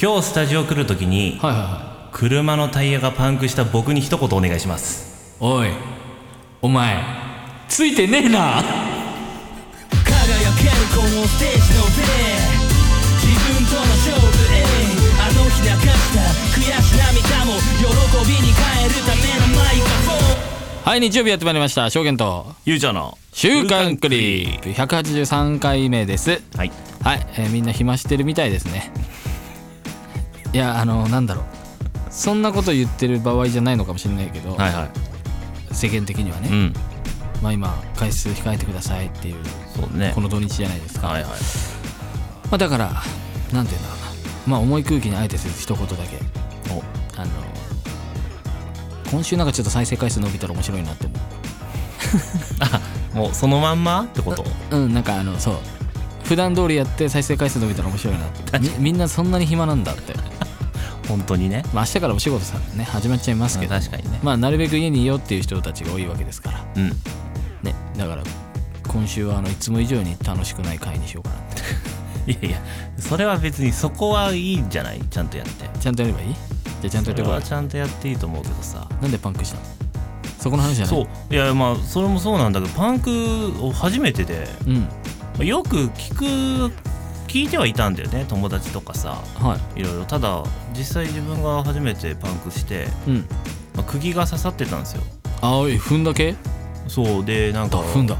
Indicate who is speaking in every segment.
Speaker 1: 今日スタジオ来るときに
Speaker 2: はいはいはい
Speaker 1: 車のタイヤがパンクした僕に一言お願いします
Speaker 2: おいお前ついてねえな
Speaker 3: 輝けるこのステージの上自分との勝負へあの日泣かした悔し涙も喜びに変えるためのマイクロフォン
Speaker 2: はい日曜日やってまいりました証言と
Speaker 1: ゆうちゃんの
Speaker 2: 週刊クリープ183回目です
Speaker 1: はい
Speaker 2: はい、えーみんな暇してるみたいですねいやあのなんだろうそんなこと言ってる場合じゃないのかもしれないけど、
Speaker 1: はいは
Speaker 2: 世間的にはね、
Speaker 1: いうん
Speaker 2: まあ今回数控えてくださいっていう
Speaker 1: そうね
Speaker 2: この土日じゃないですか、
Speaker 1: はいはい
Speaker 2: まあ、だからなんて言うんだろうなまあ重い空気にあえてする一言だけ
Speaker 1: お
Speaker 2: あの今週なんかちょっと再生回数伸びたら面白いなって思
Speaker 1: あもうそのまんまってこと
Speaker 2: ううんなんかあのそう普段通りやって再生回数伸びたら面白いなってみみんなそんなに暇なんだって、
Speaker 1: 本当にね
Speaker 2: まあ、明日からお仕事さね始まっちゃいますけど
Speaker 1: 確かにね
Speaker 2: まあなるべく家にいようっていう人たちが多いわけですから
Speaker 1: うん
Speaker 2: ねだから今週はあのいつも以上に楽しくない回にしようかない
Speaker 1: やいやそれは別にそこはいいんじゃないちゃんとやって
Speaker 2: ちゃんとやればいいじゃあちゃんと
Speaker 1: そ
Speaker 2: やって
Speaker 1: れ
Speaker 2: こ
Speaker 1: はちゃんとやっていいと思うけどさ
Speaker 2: うなんでパンクしたのそこの話じゃない
Speaker 1: そういやまあそれもそうなんだけどパンクを初めてで
Speaker 2: うん
Speaker 1: よく聞く聞いてはいたんだよね友達とかさ
Speaker 2: はい
Speaker 1: ろいろただ実際自分が初めてパンクして、
Speaker 2: いうん
Speaker 1: まあ、釘が刺さってたんですよ
Speaker 2: 青い踏んだけ
Speaker 1: そうでなんか
Speaker 2: 踏んだ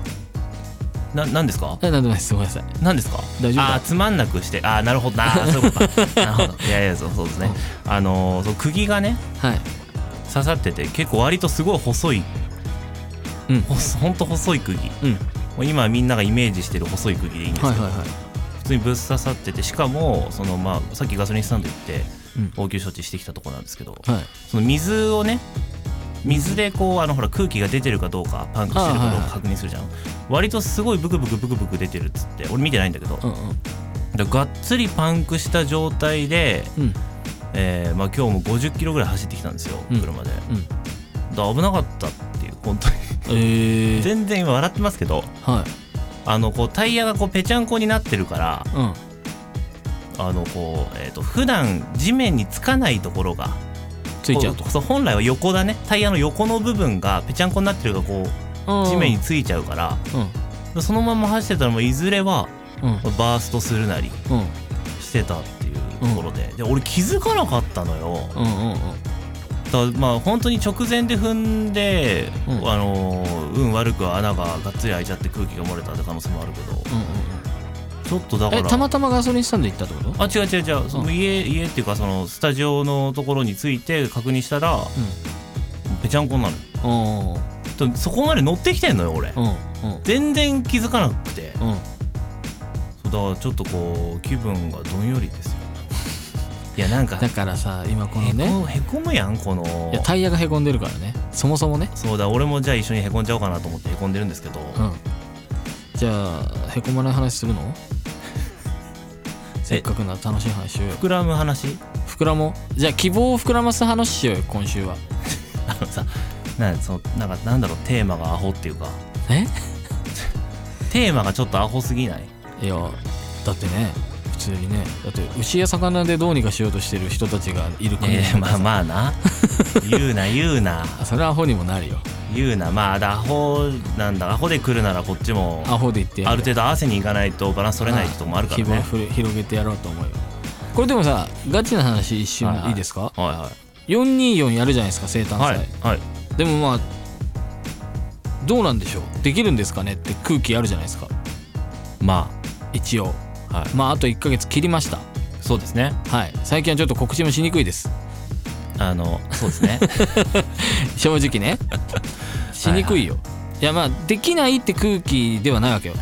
Speaker 1: ななんですか
Speaker 2: えなんでもないですごめんなさい
Speaker 1: なんですか
Speaker 2: 大丈夫だ
Speaker 1: あーつまんなくしてあーなるほどなあーそういうこと かなるほどいやいやそうそうですねあのーそう釘がね
Speaker 2: はい
Speaker 1: 刺さってて結構割とすごい細い
Speaker 2: うん
Speaker 1: ほすほんと細い釘も
Speaker 2: うん
Speaker 1: う今みんながイメージしてる細い釘でいいんですけど、
Speaker 2: はいはいはい
Speaker 1: 普通にぶっ刺さっててしかもその、まあ、さっきガソリンスタンド行って
Speaker 2: うん
Speaker 1: 応急処置してきたとこなんですけど、
Speaker 2: はい
Speaker 1: その水をね水でこうあのほら空気が出てるかどうかパンクしてるか
Speaker 2: あ
Speaker 1: どう
Speaker 2: はいは
Speaker 1: か
Speaker 2: い
Speaker 1: 確認するじゃん、割とすごいブクブクブクブク出てるっつって俺見てないんだけど、
Speaker 2: うんうん
Speaker 1: でがっつりパンクした状態で、
Speaker 2: うん
Speaker 1: えーまあ、今日も50キロぐらい走ってきたんですよ
Speaker 2: うん
Speaker 1: 車で、
Speaker 2: うん
Speaker 1: だ危なかったっていう本当に
Speaker 2: えー、
Speaker 1: 全然今笑ってますけど
Speaker 2: はい
Speaker 1: あのこうタイヤがこうぺちゃんこになってるから
Speaker 2: うん
Speaker 1: あのこう、えー、と普段地面につかないところが
Speaker 2: ついちゃうと
Speaker 1: こうそう本来は横だねタイヤの横の部分がぺちゃんこになってるがこう地面についちゃうから、
Speaker 2: う
Speaker 1: そのまま走ってたらもういずれは
Speaker 2: んうん
Speaker 1: バーストするなり
Speaker 2: うん
Speaker 1: してたっていうところで,、で俺気づかなかったのよ
Speaker 2: うんうんうん
Speaker 1: だまあ本当に直前で踏んで、
Speaker 2: うん
Speaker 1: あのー運悪く穴ががっつり開いちゃって空気が漏れたって可能性もあるけどちょっとだか
Speaker 2: えた
Speaker 1: ら
Speaker 2: またまガソリンスタンド行ったってこと
Speaker 1: あ違う違う違うその
Speaker 2: うん
Speaker 1: 家家っていうかそのスタジオのところについて確認したらぺちゃんこなの
Speaker 2: うんうん
Speaker 1: とそこまで乗ってきてんのよ俺
Speaker 2: うん
Speaker 1: 全然気づかなくて
Speaker 2: うんうん
Speaker 1: そうだからちょっとこう気分がどんよりですよいやなんか
Speaker 2: だからさ今この
Speaker 1: へ
Speaker 2: ね
Speaker 1: こへこむやんこの
Speaker 2: いやタイヤがへこんでるからねそもそもね
Speaker 1: そうだ俺もじゃあ一緒にへこんじゃおうかなと思ってへこんでるんですけど、
Speaker 2: うんじゃあへこまない話す るのせっかくなら楽しい話しようよ
Speaker 1: 膨らむ話
Speaker 2: 膨らもうじゃあ希望を膨らます話しようよ今週は
Speaker 1: あのさなんそのなんかなんだろうテーマがアホっていうか
Speaker 2: え
Speaker 1: テーマがちょっとアホすぎない
Speaker 2: いやだってね普通にねだって牛や魚でどうにかしようとしてる人たちがいる国
Speaker 1: え
Speaker 2: だ
Speaker 1: え
Speaker 2: から
Speaker 1: まあまあ な言うな言うな
Speaker 2: それはアホにもなるよ
Speaker 1: 言うなまあだアホなんだアホで来るならこっちも
Speaker 2: アホで言ってや
Speaker 1: ある程度合わせにいかないとバランス取れない人もあるから
Speaker 2: 希望を
Speaker 1: ね
Speaker 2: ふる広げてやろうと思うよこれでもさガチな話一瞬いいですか、
Speaker 1: は
Speaker 2: 424やるじゃないですか生
Speaker 1: い
Speaker 2: 誕
Speaker 1: はい
Speaker 2: 祭、
Speaker 1: はいはい
Speaker 2: でもまあどうなんでしょうできるんですかねって空気あるじゃないですか
Speaker 1: ま
Speaker 2: 一応
Speaker 1: あはい
Speaker 2: まああと1ヶ月切りました
Speaker 1: そうですね
Speaker 2: はい最近はちょっと告知もしにくいです
Speaker 1: あのそうですね
Speaker 2: 正直 ねしにくいよいやまあできないって空気ではないわけよ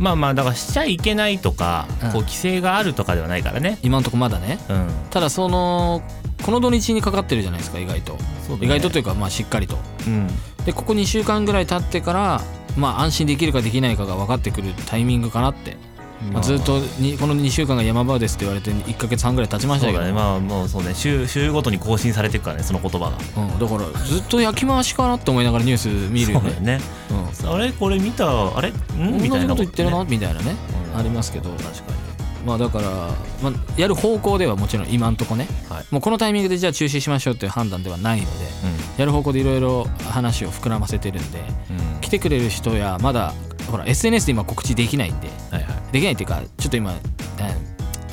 Speaker 1: まあまあだからしちゃいけないとか、
Speaker 2: うん
Speaker 1: こう規制があるとかではないからね
Speaker 2: 今んとこまだね
Speaker 1: うん
Speaker 2: ただそのこの土日にかかってるじゃないですか意外と、
Speaker 1: そうだね
Speaker 2: 意外とというかまあしっかりと
Speaker 1: うん
Speaker 2: でここ2週間ぐらい経ってからまあ安心できるかできないかが分かってくるタイミングかなって、まあ、ずっとにこの2週間が山場ですって言われて1ヶ月半ぐらい経ちました
Speaker 1: そう
Speaker 2: けど
Speaker 1: だねまあもうそうね週週ごとに更新されていくからねその言葉が
Speaker 2: うん、だからずっと焼き回しかなって思いながらニュース見る
Speaker 1: そ
Speaker 2: よ
Speaker 1: うだ
Speaker 2: ね
Speaker 1: よね
Speaker 2: うん
Speaker 1: あれこれ見たあれん
Speaker 2: 同
Speaker 1: み
Speaker 2: じ
Speaker 1: たい
Speaker 2: こ
Speaker 1: な
Speaker 2: と言ってるな
Speaker 1: ね
Speaker 2: みたいなね
Speaker 1: うん
Speaker 2: ありますけど
Speaker 1: 確かに
Speaker 2: まあだから、まあ、やる方向ではもちろん今んとこね、
Speaker 1: はい
Speaker 2: もうこのタイミングでじゃあ中止しましょうっていう判断ではないのでやる方向でいろいろ話を膨らませてるんで
Speaker 1: うんうん
Speaker 2: 来てくれる人やまだほら SNS で今告知できないんで
Speaker 1: はいは
Speaker 2: できないっていうかちょっと今、うん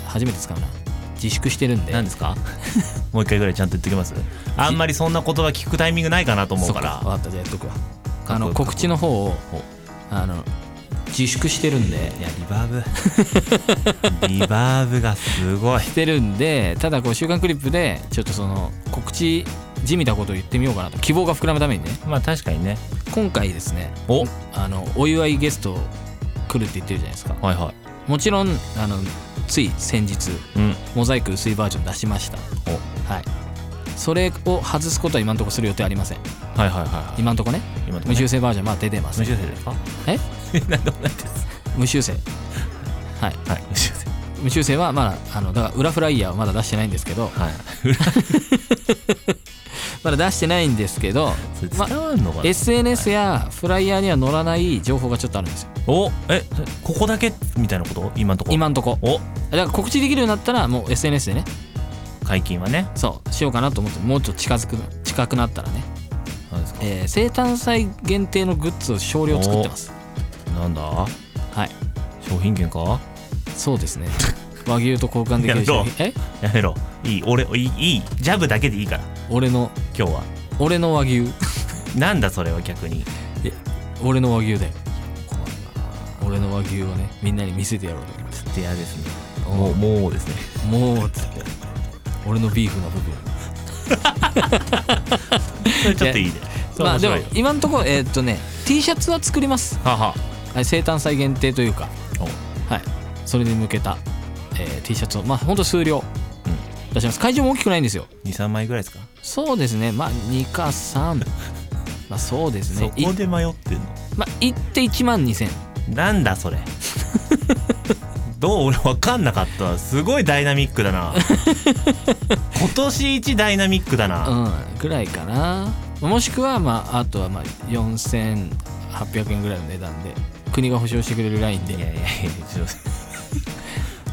Speaker 2: 初めて使うな自粛してるん
Speaker 1: い
Speaker 2: で
Speaker 1: 何ですか もう一回ぐらいちゃんと言ってきますあんまりそんな言葉聞くタイミングないかなと思う
Speaker 2: そっ
Speaker 1: か
Speaker 2: から分かったじゃあやっとくわ
Speaker 1: かっ
Speaker 2: あ
Speaker 1: こよ
Speaker 2: の
Speaker 1: く
Speaker 2: 告知の方を
Speaker 1: ほう
Speaker 2: あの自粛してるんで
Speaker 1: いやリバーブ リバーブがすごい
Speaker 2: してるんでただこう「週刊クリップ」でちょっとその告知じみたことを言ってみようかなと希望が膨らむためにね
Speaker 1: まあ確かにね
Speaker 2: 今回ですね
Speaker 1: お
Speaker 2: あのお祝いゲスト来るって言ってるじゃないですか
Speaker 1: はいは
Speaker 2: もちろんあのつい先日
Speaker 1: いうん
Speaker 2: モザイク薄いバージョン出しましたはいそれを外すことは今のところする予定ありません
Speaker 1: おはいはいはいはい
Speaker 2: 今のところね
Speaker 1: 今のとこ
Speaker 2: 無
Speaker 1: ね
Speaker 2: 修正バージョンまあ出てます
Speaker 1: 無修正ですか
Speaker 2: え
Speaker 1: 何で もないです
Speaker 2: 無修正はい
Speaker 1: はい無修正
Speaker 2: 無修正はまだあのだから裏フライヤーはまだ出してないんですけど
Speaker 1: はい
Speaker 2: まだ出してないんですけど
Speaker 1: それ
Speaker 2: ま
Speaker 1: 伝わんのかな、
Speaker 2: SNS やフライヤーには載らない情報がちょっとあるんですよ
Speaker 1: おえここだけみたいなこと今のとこ
Speaker 2: 今んとこ
Speaker 1: お
Speaker 2: だから告知できるようになったらもう SNS でね
Speaker 1: 解禁はね
Speaker 2: そうしようかなと思ってもうちょっと近づく近くなったらね、
Speaker 1: 何ですか
Speaker 2: えー生誕祭限定のグッズを少量作ってます
Speaker 1: なんだ
Speaker 2: はい
Speaker 1: 商品券か
Speaker 2: そうですね和牛と交換できる
Speaker 1: いや
Speaker 2: 商
Speaker 1: どう
Speaker 2: 品え
Speaker 1: やめろいい俺いいいいジャブだけでいいから
Speaker 2: 俺の
Speaker 1: 今日は
Speaker 2: 俺の和牛
Speaker 1: なんだそれは逆に
Speaker 2: 俺の和牛だよ
Speaker 1: 怖い
Speaker 2: 俺の和牛をねみんなに見せてやろうと思います
Speaker 1: なレアですねもうもうです ね
Speaker 2: もうつって俺のビーフの部分
Speaker 1: それちょっといいねそれ
Speaker 2: まあ
Speaker 1: 面
Speaker 2: でも
Speaker 1: 白いよ
Speaker 2: 今んとこえーっとね T シャツは作ります
Speaker 1: はは
Speaker 2: はい生誕祭限定というか
Speaker 1: お
Speaker 2: はい、それに向けた、えー T シャツを、まあ、ほんと数量
Speaker 1: う
Speaker 2: 出します。会場も大きくないんですよ。
Speaker 1: 23枚ぐらいですか
Speaker 2: そうですね、まあ、2か3。まあ、そうです
Speaker 1: そ
Speaker 2: ね。い
Speaker 1: こで迷ってんの
Speaker 2: まあ、行って1万2000。
Speaker 1: なんだそれ どう俺分かんなかったすごいダイナミックだ な今年一ダイナミックだな、
Speaker 2: うん、ぐらいかな。もしくは、まあ、あとは、まあ、4800円ぐらいの値段で、国が保証してくれるライン
Speaker 1: いや
Speaker 2: で、
Speaker 1: いやいやちょっと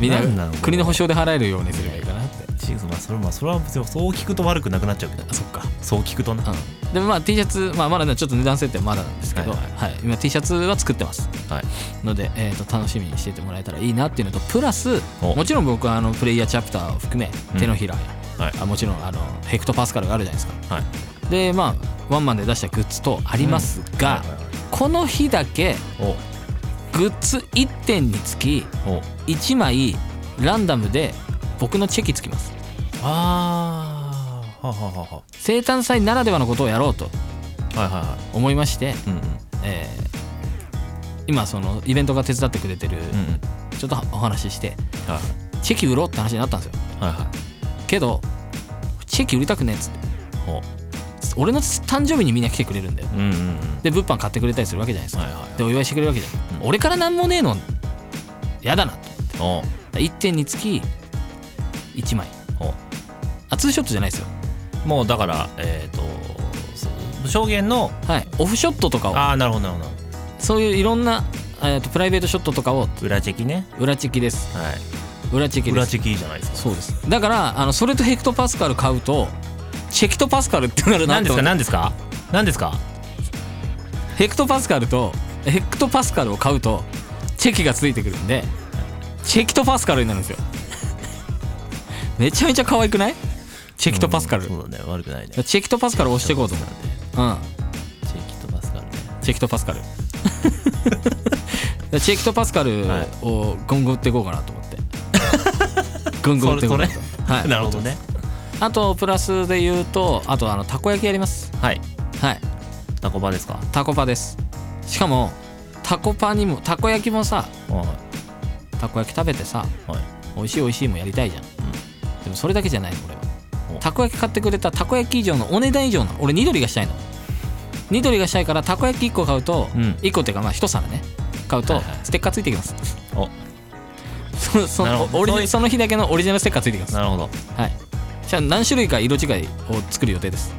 Speaker 2: みんな
Speaker 1: なんなの
Speaker 2: 国の保証で払えるようにすればいいかなって。
Speaker 1: ちまあそれまあそれは別にそう聞くと悪くなくなっちゃうけど
Speaker 2: あそっか。
Speaker 1: そう聞くとな、
Speaker 2: うん。でもまあ T シャツ、まあ、まだねちょっと値段設定はまだなんですけど、
Speaker 1: は
Speaker 2: はいい
Speaker 1: はい
Speaker 2: 今 T シャツは作ってます。
Speaker 1: はい
Speaker 2: ので、えー、と楽しみにしててもらえたらいいなっていうのとプラス
Speaker 1: お
Speaker 2: もちろん僕はあのプレイヤーチャプターを含め
Speaker 1: うん
Speaker 2: 手のひらや、
Speaker 1: はい
Speaker 2: あもちろんあのヘクトパスカルがあるじゃないですか
Speaker 1: はい
Speaker 2: でまあワンマンで出したグッズとありますが、
Speaker 1: はいはいはい
Speaker 2: この日だけ
Speaker 1: お
Speaker 2: グッズ1点につき
Speaker 1: お
Speaker 2: 1枚ランダムで僕のチェキつきます
Speaker 1: あーはははは
Speaker 2: 生誕祭ならではのことをやろうと
Speaker 1: はいはいは
Speaker 2: 思いまして、
Speaker 1: いうんうん
Speaker 2: えー今そのイベントが手伝ってくれてる、
Speaker 1: うんうん
Speaker 2: ちょっとお話しして
Speaker 1: はい
Speaker 2: チェキ売ろうって話になったんですよ
Speaker 1: はいは
Speaker 2: けどチェキ売りたくねえっつって
Speaker 1: いほ
Speaker 2: 俺の誕生日にみんな来てくれるんだよ
Speaker 1: ううんうんうん
Speaker 2: で物販買ってくれたりするわけじゃないですか、
Speaker 1: はいはいはい
Speaker 2: でお祝いしてくれるわけじゃん、俺からなんもねえのやだなと
Speaker 1: お
Speaker 2: 1点につき1枚
Speaker 1: お
Speaker 2: あツーショットじゃないですよ
Speaker 1: もうだからえっ、とそう証言の
Speaker 2: はいオフショットとかを
Speaker 1: ああなるほどなるほど
Speaker 2: そういういろんな、えーとプライベートショットとかを
Speaker 1: 裏チェキね
Speaker 2: 裏チェキです
Speaker 1: はい
Speaker 2: 裏チェキです
Speaker 1: 裏チェキいいじゃないですか
Speaker 2: そうですだからあのそれとヘクトパスカル買うとチェキとパスカルってなるな
Speaker 1: 何です
Speaker 2: と思
Speaker 1: か
Speaker 2: って
Speaker 1: 何ですか何ですか
Speaker 2: ヘクトパスカルとヘクトパスカルを買うとチェキがついてくるんでチェキとパスカルになるんですよめちゃめちゃ可愛くないチェキとパスカル、
Speaker 1: うんそうだね悪くないね
Speaker 2: チェキとパスカルを押していこうと思
Speaker 1: チ
Speaker 2: う、うん、
Speaker 1: ェキとパスカルね
Speaker 2: チェキとパスカル チェキとパスカル
Speaker 1: はい
Speaker 2: をゴンゴン売っていこうかなと思って ゴンゴン売っていこうかなと思ってはい
Speaker 1: なるほどね
Speaker 2: あとプラスで言うとあとあのたこ焼きやります
Speaker 1: はい
Speaker 2: はい
Speaker 1: タコバですか
Speaker 2: タコパですしかもタコパにもたこ焼きもさ
Speaker 1: はい
Speaker 2: たこ焼き食べてさ
Speaker 1: はい
Speaker 2: 美味しい美味しいもやりたいじゃん、でもそれだけじゃないの俺は
Speaker 1: お
Speaker 2: たこ焼き買ってくれたたこ焼き以上のお値段以上の俺ニトリがしたいのニトリがしたいからたこ焼き1個買うと、
Speaker 1: うん
Speaker 2: 1個っていうかまあ1皿ね買うと
Speaker 1: はいはい
Speaker 2: ステッカーついてきます、
Speaker 1: お
Speaker 2: そそ
Speaker 1: なる
Speaker 2: の
Speaker 1: ほど
Speaker 2: オリジ
Speaker 1: そういう
Speaker 2: その日だけのオリジナルステッカーついてきます
Speaker 1: なるほど
Speaker 2: はいじゃあ何種類か色違いを作る予定です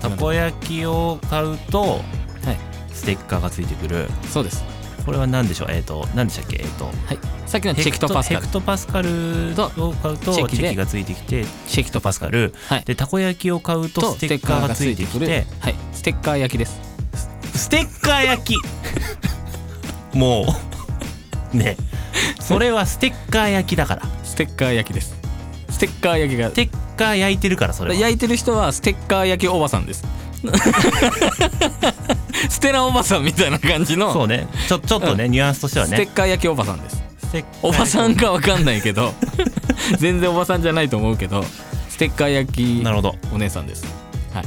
Speaker 1: たこ焼きを買うと
Speaker 2: はい
Speaker 1: ステッカーがついてくる
Speaker 2: そうです
Speaker 1: ここれは何でしょうえっ、と何でしたっけえっ、と
Speaker 2: はい、さっきのチェキとパスカ
Speaker 1: ヘ
Speaker 2: ル
Speaker 1: クトパスカルを買うとチ
Speaker 2: チェ
Speaker 1: ェ
Speaker 2: キで
Speaker 1: キがついてきてチェキとパスカル、
Speaker 2: はい
Speaker 1: でたこ焼きを買うと
Speaker 2: と
Speaker 1: ステッカーがついてき
Speaker 2: ステッカーが
Speaker 1: て
Speaker 2: ついくるはい、ステッカー焼きです
Speaker 1: ステッカー焼きもうねそれはステッカー焼きだから
Speaker 2: ステッカー焼きですステッカー焼きが
Speaker 1: ステッカー焼いてるからそれは
Speaker 2: 焼いてる人はステッカー焼きおばさんです ステラおばさんみたいな感じの
Speaker 1: そうねちょちょっとね、ニュアンスとしては
Speaker 2: ステ
Speaker 1: ね
Speaker 2: ッカー焼きおばさんです
Speaker 1: ステッカー
Speaker 2: おばさんかわかんないけ ど全然おばさんじゃないと思うけどステッカー焼き
Speaker 1: なるほど
Speaker 2: お姉さんですはい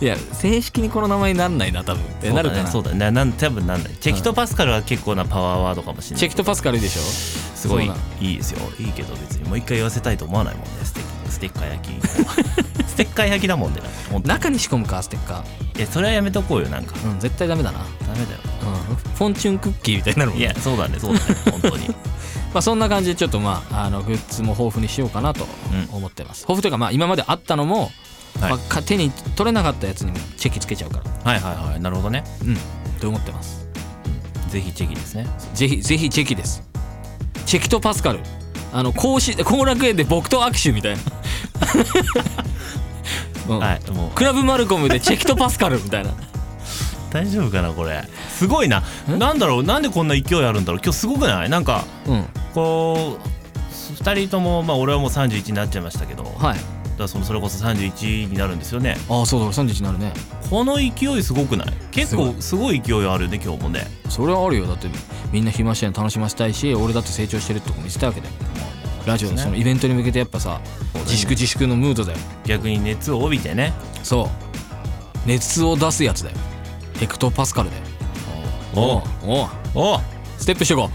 Speaker 2: い や正式にこの名前になんないな多分ってなるかな、
Speaker 1: そうだねそうだねなん多分なんだチェキとパスカルは結構なパワーワードかもしれな
Speaker 2: チェ
Speaker 1: い
Speaker 2: キとパスカルいいでしょ
Speaker 1: すごい
Speaker 2: そうなの
Speaker 1: いいですよいいけど別にもう一回言わせたいと思わないもんねステッステッカー焼きステッカー焼きだもんね本当に
Speaker 2: 中に仕込むかステッカ
Speaker 1: いやそれはやめとこうよなんか
Speaker 2: ーうん絶対ダメだなうん
Speaker 1: ダメだよ
Speaker 2: フォンチュンクッキーみたいになるもん
Speaker 1: い
Speaker 2: ね
Speaker 1: やそうだねそうだね本 当に
Speaker 2: まあそんな感じでちょっとまああのグッズも豊富にしようかなと
Speaker 1: うん
Speaker 2: 思ってます、豊富というかまあ今まであったのも、
Speaker 1: はい
Speaker 2: まあか、手に取れなかったやつにもチェキつけちゃうから
Speaker 1: はいはいはいなるほどね
Speaker 2: うんと思ってます
Speaker 1: ぜひチェキですね
Speaker 2: ぜひぜひチェキですチェキとパスカルあの甲子後楽園で僕と握手みたいな、うん
Speaker 1: はいもう
Speaker 2: クラブマルコムでチェキとパスカルみたいな
Speaker 1: 大丈夫かなこれすごいななんだろうなんでこんな勢いあるんだろう今日すごくないなんか
Speaker 2: うん
Speaker 1: こう2人ともまあ俺はもう31になっちゃいましたけど、
Speaker 2: はい
Speaker 1: だからそのそれこそ31になるんですよね
Speaker 2: ああそうだ俺31になるね
Speaker 1: この勢いすごくない結構すごい勢いあるね今日もね
Speaker 2: それはあるよだってみんな暇してんの楽しませたいし俺だって成長してるってこと見せたいわけだよラジオのそのイベントに向けてやっぱさ自粛自粛のムードだよ
Speaker 1: 逆に熱を帯びてね
Speaker 2: そう熱を出すやつだよヘクトパスカルだよ
Speaker 1: おう
Speaker 2: おおう
Speaker 1: おう
Speaker 2: ステップしていこ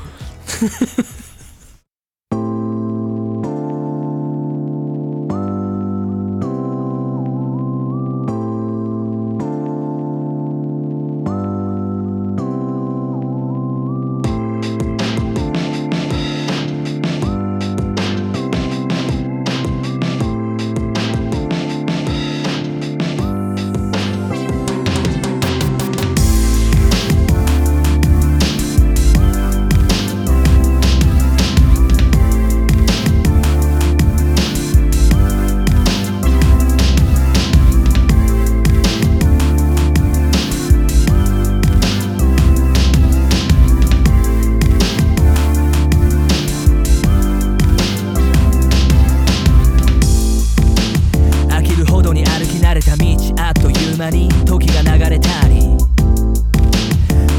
Speaker 3: 飽きるほどに歩き慣れた道あっという間に時が流れたり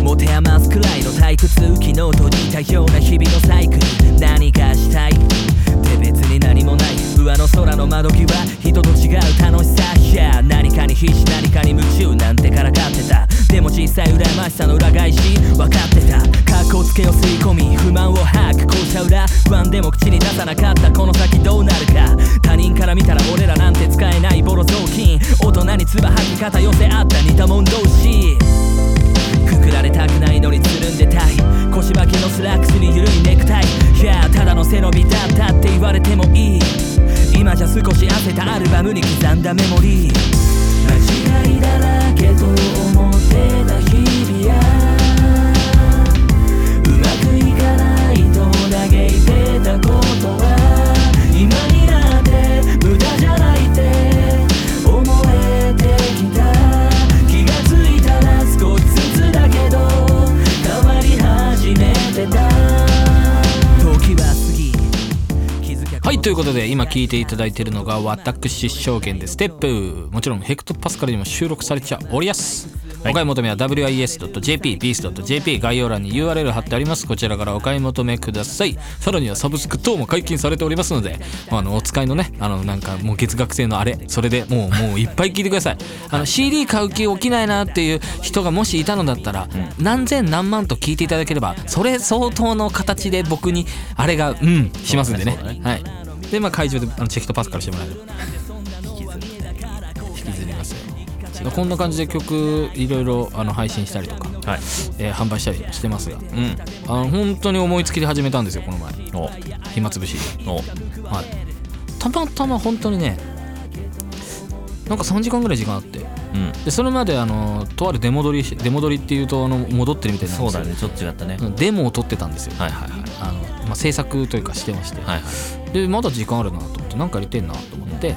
Speaker 3: 持て余すくらいの退屈昨日と似たような日々のサイクル何かしたいって別に何もない上の空の窓際人と違う楽しさいや何かに必死何かに夢中なんてからかってたでも小さい羨ましさの裏返し分かってた格好つけを吸い込み不満を吐く校舎裏不安でも口に出さなかったこの先どうなるか他人から見たら俺らなんて使えないボロ雑巾大人に唾吐き方寄せ合った似たもん同士くくられたくないのにつるんでたい腰巻きのスラックスに緩いネクタイいやーただの背伸びだったって言われてもいい今じゃ少し焦ったアルバムに刻んだメモリー間違いだらけと思ってた日々やうまくいかないと嘆いてたことは今になって無駄じゃないって思えてきた気がついたら少しずつだけど変わり始めてた時は過ぎ気づきゃ
Speaker 2: うはいということで今聞いていただいているのが私証券でステップもちろんヘクトパスカルにも収録されちゃおりやす
Speaker 1: はい
Speaker 2: お買い求めは wis.jp、beast.jp 概要欄に URL 貼ってあります。こちらからお買い求めください。さらにはサブスク等も解禁されておりますので、あの、お使いのね、あの、なんかもう月額制のあれ、それでもう、もういっぱい聞いてください。あの、CD 買う気起きないなっていう人がもしいたのだったら、何千何万と聞いていただければ、それ相当の形で僕に、あれが、うん、しますんでね。
Speaker 1: そうだね
Speaker 2: はい。で、まあ会場であのチェキとパスからしてもらえる。引きずりますよ。こんな感じで曲いろいろあの配信したりとか、
Speaker 1: はい
Speaker 2: えー販売したりしてますが、
Speaker 1: うん
Speaker 2: あの本当に思いつきで始めたんですよこの前
Speaker 1: お
Speaker 2: 暇つぶしで
Speaker 1: お
Speaker 2: はいたまたま本当にねなんか3時間ぐらい時間あって
Speaker 1: うん
Speaker 2: でそれまであのとある出戻り出戻りっていうとあの戻ってるみたいな
Speaker 1: そうだねちょっと違ったね、
Speaker 2: うんデモを撮ってたんですよ、
Speaker 1: はいはいはい
Speaker 2: あのまあ、制作というかしてまして、
Speaker 1: はい
Speaker 2: でまだ時間あるなと思ってなんかやりてんなと思って、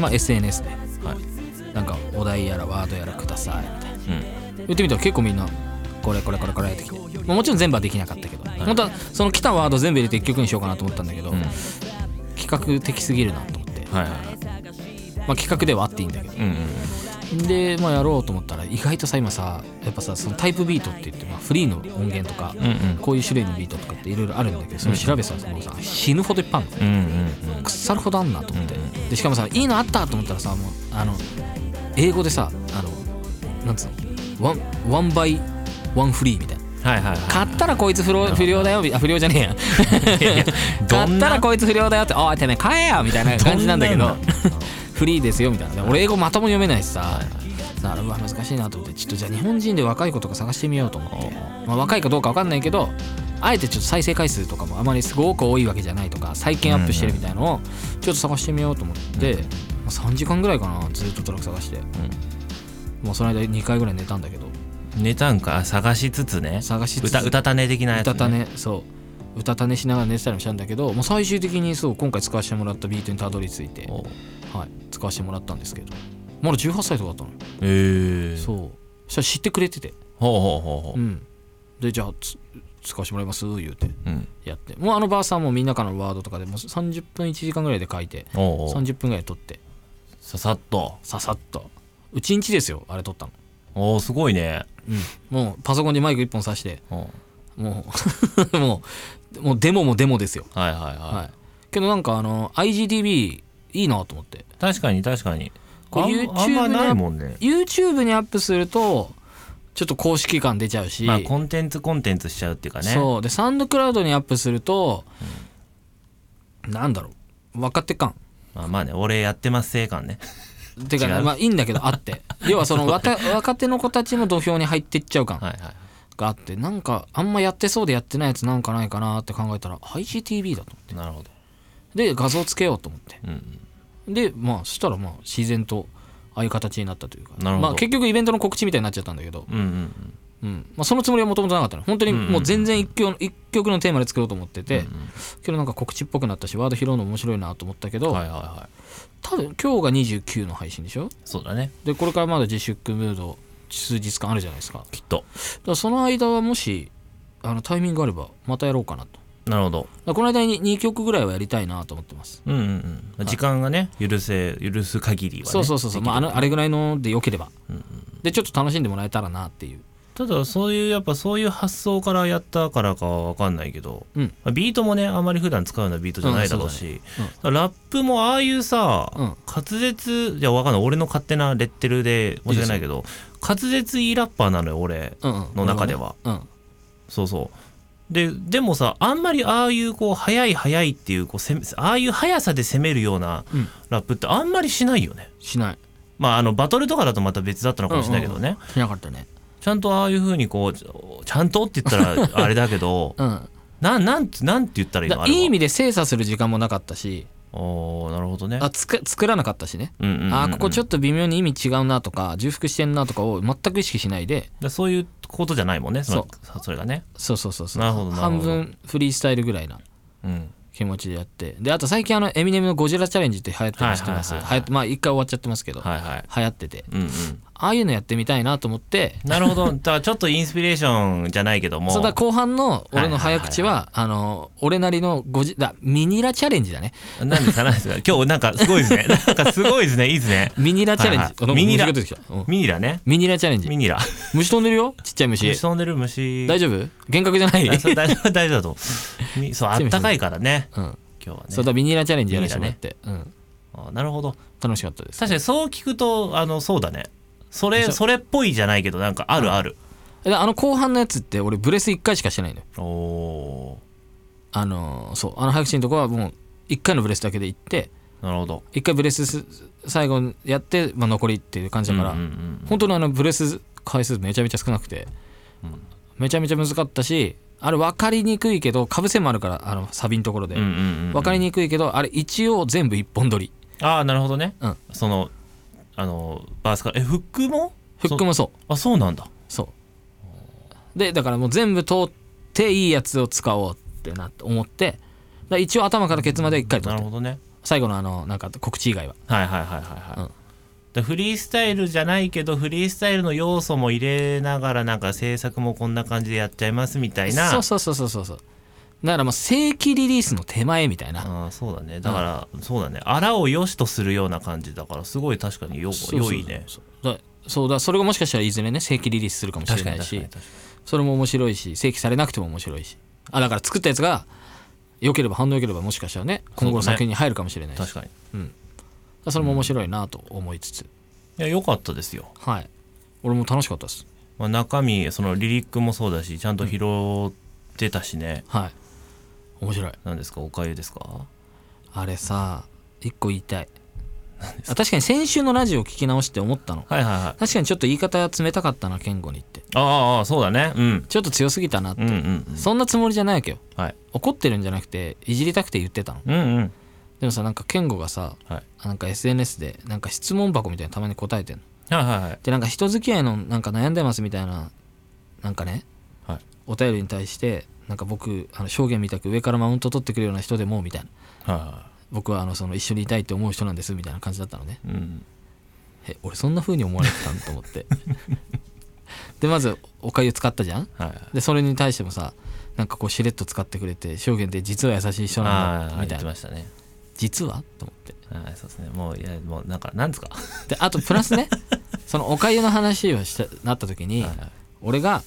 Speaker 2: まあ SNS で
Speaker 1: はいはい
Speaker 2: なんかお題やらワードやらくださいみたいな
Speaker 1: うん
Speaker 2: 言ってみたら結構みんなこれこれこれこれってきて、まあもちろん全部はできなかったけど、本当はその来たワード全部入れて1曲にしようかなと思ったんだけど、
Speaker 1: うん
Speaker 2: 企画的すぎるなと思って、ま
Speaker 1: はいはい
Speaker 2: あ、企画ではあっていいんだけど
Speaker 1: うんうん
Speaker 2: でまあやろうと思ったら意外とさ今さやっぱさそのタイプビートって言って、まあ、フリーの音源とか、
Speaker 1: んうん
Speaker 2: こういう種類のビートとかっていろいろあるんだけどそれ調べてたらさもうさ死ぬほどいっぱいあるの
Speaker 1: うんうん
Speaker 2: 腐るほどあんなと思って、でしかもさいいのあったと思ったらさもうあの英語でさあのなんつうのワンワンバイワンフリーみたいな
Speaker 1: うんはいはいは
Speaker 2: 買ったらこいつ不良不良だよあ不良じゃねえや
Speaker 1: ど
Speaker 2: 買
Speaker 1: ん
Speaker 2: っ
Speaker 1: な
Speaker 2: たらこいつ不良だよっておいてめえ買えよみたいな感じなんだけ
Speaker 1: ど
Speaker 2: ど
Speaker 1: ん
Speaker 2: フリーですよみたいな俺英語まともに読めないしさだからうわ難しいなと思ってちょっとじゃあ日本人で若い子とか探してみようと思って、まあ、若いかどうか分かんないけどあえてちょっと再生回数とかもあまりすごく多いわけじゃないとか最近アップしてるみたいのをちょっと探してみようと思って、まあ3時間ぐらいかなずっとトラック探して、もうその間2回ぐらい寝たんだけど
Speaker 1: い寝たんかあ探しつつね
Speaker 2: 探しつつ
Speaker 1: 歌歌たね的なやつ、ね、
Speaker 2: うたたねそううたたねしながら寝てたりもしたんだけどもう最終的にそう今回使わせてもらったビートにたどり着いて、
Speaker 1: おう
Speaker 2: はい、使わせてもらったんですけどまだ18歳とかだったのよ
Speaker 1: へえー、
Speaker 2: そうそしたら知ってくれてて
Speaker 1: ほうほうほうほう
Speaker 2: うんでじゃあつ使わせてもらいます言うて
Speaker 1: うん
Speaker 2: やってもうあのばあさんもみんなからのワードとかでもう30分1時間ぐらいで書いて
Speaker 1: おうおう
Speaker 2: 30分ぐらいで撮って
Speaker 1: ささっと
Speaker 2: ささっとうちんちですよあれ撮ったの
Speaker 1: おおすごいね
Speaker 2: うんもうパソコンにマイク1本挿して
Speaker 1: おう
Speaker 2: もう もうもうデモもデモですよ
Speaker 1: はいはいはい、
Speaker 2: はい、けどなんかあの IGTV いいなと思って
Speaker 1: 確かに確かに
Speaker 2: これ
Speaker 1: あん
Speaker 2: YouTube
Speaker 1: あんまない
Speaker 2: の
Speaker 1: もんね
Speaker 2: YouTube にアップするとちょっと公式感出ちゃうし、
Speaker 1: まあコンテンツコンテンツしちゃうっていうかね
Speaker 2: そうでサウンドクラウドにアップすると、なんだろう若手感
Speaker 1: まあまあね俺やってます性感ね
Speaker 2: てかね、
Speaker 1: 違う
Speaker 2: まあいいんだけ どあって要はそのわた若手の子たちも土俵に入ってっちゃう感
Speaker 1: はいはい
Speaker 2: があってなんかあんまやってそうでやってないやつなんかないかなって考えたら IGTV だと
Speaker 1: なるほど
Speaker 2: で画像つけようと思って
Speaker 1: うん
Speaker 2: でまあそしたらまあ自然とああいう形になったというか
Speaker 1: なるほど
Speaker 2: まあ、結局イベントの告知みたいになっちゃったんだけど、
Speaker 1: うんうん
Speaker 2: うんまあ、そのつもりはもともとなかったの本当にもう全然一曲,、一曲のテーマで作ろうと思ってて、けどなんか告知っぽくなったしワード拾うの面白いなと思ったけ
Speaker 1: う
Speaker 2: ど、
Speaker 1: んはいはいはい
Speaker 2: 多分今日が29の配信でしょ
Speaker 1: そうだね
Speaker 2: でこれからまだ自粛ムード数日間あるじゃないですかだか
Speaker 1: きっと
Speaker 2: らその間はもしあのタイミングがあればまたやろうかなとだか
Speaker 1: なるほど
Speaker 2: らこの間に2曲ぐらいはやりたいなと思ってます、
Speaker 1: うんうんうんまあ時間がね許せ許す限りはね
Speaker 2: そうそうそうそう、まあ、あのあれぐらいのでよければ、でちょっと楽しんでもらえたらなっていう
Speaker 1: ただそういうやっぱそういう発想からやったからかは分かんないけど、
Speaker 2: うん
Speaker 1: まあビートもねあまり普段使うようなビートじゃないだろうし、
Speaker 2: うん
Speaker 1: ラップもああいうさ、
Speaker 2: うん
Speaker 1: 滑舌じゃあ分かんない俺の勝手なレッテルで申し訳ないけど滑舌いいラッパーなのよ俺
Speaker 2: うんうん
Speaker 1: の中では、
Speaker 2: うんうん
Speaker 1: そうそうででもさあんまりああいうこう速い速いっていうこう攻めああいう速さで攻めるような
Speaker 2: うん
Speaker 1: ラップってあんまりしないよね
Speaker 2: しない
Speaker 1: まああのバトルとかだとまた別だったのかもしれないけどね、
Speaker 2: しなかったね
Speaker 1: ちゃんとああいうふうにこうちゃんとって言ったら あれだけど
Speaker 2: うん
Speaker 1: なんなんてなんて言ったらいい
Speaker 2: だ
Speaker 1: の
Speaker 2: か
Speaker 1: あ
Speaker 2: ら
Speaker 1: れはい
Speaker 2: い意味で精査する時間もなかったし
Speaker 1: おーなるほどね
Speaker 2: あつく作らなかったしね、
Speaker 1: うんうんうんうん
Speaker 2: あーここちょっと微妙に意味違うなとか重複してんなとかを全く意識しないで
Speaker 1: だそういうことじゃないもんねその
Speaker 2: そ
Speaker 1: そそれがね
Speaker 2: そうそうそうそう
Speaker 1: なるほどなる
Speaker 2: 半
Speaker 1: ほど
Speaker 2: 分フリースタイルぐらいな
Speaker 1: うん
Speaker 2: 気持ちでやってであと最近あのエミネムの「ゴジラチャレンジ」って流行ってます
Speaker 1: はいはいはいはい
Speaker 2: 流行ってまあ一回終わっちゃってますけど、
Speaker 1: はいはい
Speaker 2: 流行ってて
Speaker 1: うんうん
Speaker 2: ああいうのやってみたいなと思って
Speaker 1: なるほ どだからちょっとインスピレーションじゃないけども
Speaker 2: そうだ
Speaker 1: な
Speaker 2: 後半の俺の早口はあの俺なりのゴジだミニラチャレンジだね
Speaker 1: ん ですかなんですか今日なんかすごいですねなんかすごいですねいいですね
Speaker 2: ミニラチャレン
Speaker 1: は
Speaker 2: ジ、
Speaker 1: いはい
Speaker 2: あなんか
Speaker 1: ミニラ
Speaker 2: 虫が出てきたうん
Speaker 1: ミニラね
Speaker 2: ミニラチャレンジ
Speaker 1: ミニラ
Speaker 2: 虫飛んでるよちっちゃい虫
Speaker 1: 虫飛んでる虫
Speaker 2: 大丈夫幻覚じゃない、
Speaker 1: あそう大丈夫大丈夫だ とみそうあったかいからね
Speaker 2: うん、
Speaker 1: 今日はね
Speaker 2: そうだミニラチャレンジやらせてもらって、うん、
Speaker 1: あなるほど
Speaker 2: 楽しかったです
Speaker 1: 確かにそう聞くとあのそうだねそ
Speaker 2: でし
Speaker 1: れ
Speaker 2: ょ
Speaker 1: それっぽいじゃないけどなんかあるある、
Speaker 2: であの後半のやつって俺ブレス1回しかしてないの
Speaker 1: お
Speaker 2: よ
Speaker 1: お
Speaker 2: あのーそうあの早口のとこはもう1回のブレスだけで行って
Speaker 1: ーなるほど
Speaker 2: 1回ブレスす最後やって、まあ、残りっていう感じだから、
Speaker 1: うんうんうん
Speaker 2: 本当にあのブレス回数めちゃめちゃ少なくて、
Speaker 1: うん
Speaker 2: めちゃめちゃ難かったしあれ分かりにくいけどかぶせもあるからあのサビのところで、
Speaker 1: うんうんうん
Speaker 2: 分かりにくいけどあれ一応全部一本撮り
Speaker 1: ああなるほどね、
Speaker 2: うん
Speaker 1: そのあのバースからえフックも
Speaker 2: フックもそう
Speaker 1: そあそうなんだ
Speaker 2: そうでだからもう全部通っていいやつを使おうってなって思ってだから一応頭からケツまで一回取
Speaker 1: なる
Speaker 2: って
Speaker 1: ほどね
Speaker 2: 最後のあのなんか告知以外は
Speaker 1: はいはいはいはいはい、
Speaker 2: うん
Speaker 1: でフリースタイルじゃないけどフリースタイルの要素も入れながらなんか制作もこんな感じでやっちゃいますみたいな
Speaker 2: そうそうそうそうそうそうだからもう正規リリースの手前みたいな
Speaker 1: あーそうだねだから、そうだねあらを良しとするような感じだからすごい確かによ
Speaker 2: そうそう
Speaker 1: 良いね
Speaker 2: そうだそうだそれがもしかしたらいずれね正規リリースするかもしれないし
Speaker 1: 確か
Speaker 2: それも面白いし正規されなくても面白いしあだから作ったやつが良ければ反応良ければもしかしたらね今後の作品に入るかもしれないし
Speaker 1: に確かにい
Speaker 2: それも面白いなと思いつつ、
Speaker 1: や良かったですよ、
Speaker 2: はい俺も楽しかったです
Speaker 1: まあ、中身そのリリックもそうだしちゃんと拾ってたしね、
Speaker 2: はい面白い
Speaker 1: なんですかおかゆですか
Speaker 2: あれさ一個言いたい あ確かに先週のラジオを聞き直して思ったの
Speaker 1: はいはいはい
Speaker 2: 確かにちょっと言い方冷たかったな健吾にって
Speaker 1: ああああそうだねうん
Speaker 2: ちょっと強すぎたなって、
Speaker 1: うんうんうん
Speaker 2: そんなつもりじゃないわけよ
Speaker 1: はい
Speaker 2: 怒ってるんじゃなくていじりたくて言ってたの
Speaker 1: うんうん
Speaker 2: でもさなんか健吾がさ
Speaker 1: はい
Speaker 2: なんか SNS でなんか質問箱みたいなのたまに答えてんの
Speaker 1: はいはいはい
Speaker 2: でなんか人付き合いのなんか悩んでますみたいななんかね、
Speaker 1: はい
Speaker 2: お便りに対してなんか僕あの証言みたく上からマウント取ってくるような人でもみたいな
Speaker 1: はいは
Speaker 2: 僕はあのその一緒にいたいって思う人なんですみたいな感じだったのね
Speaker 1: いうん
Speaker 2: え俺そんな風に思われてたんと思って でまずおかゆ使ったじゃん
Speaker 1: はいはい
Speaker 2: でそれに対してもさなんかこうしれっと使ってくれて証言って実は優しい人なん
Speaker 1: あ
Speaker 2: だ
Speaker 1: あ言
Speaker 2: みた
Speaker 1: っ
Speaker 2: い
Speaker 1: て
Speaker 2: な
Speaker 1: ましたね
Speaker 2: 実はと思って
Speaker 1: はいそうですねもういやもうなんかなんですか
Speaker 2: であとプラスね そのおかゆの話をしたなった時に、
Speaker 1: はいはい
Speaker 2: 俺が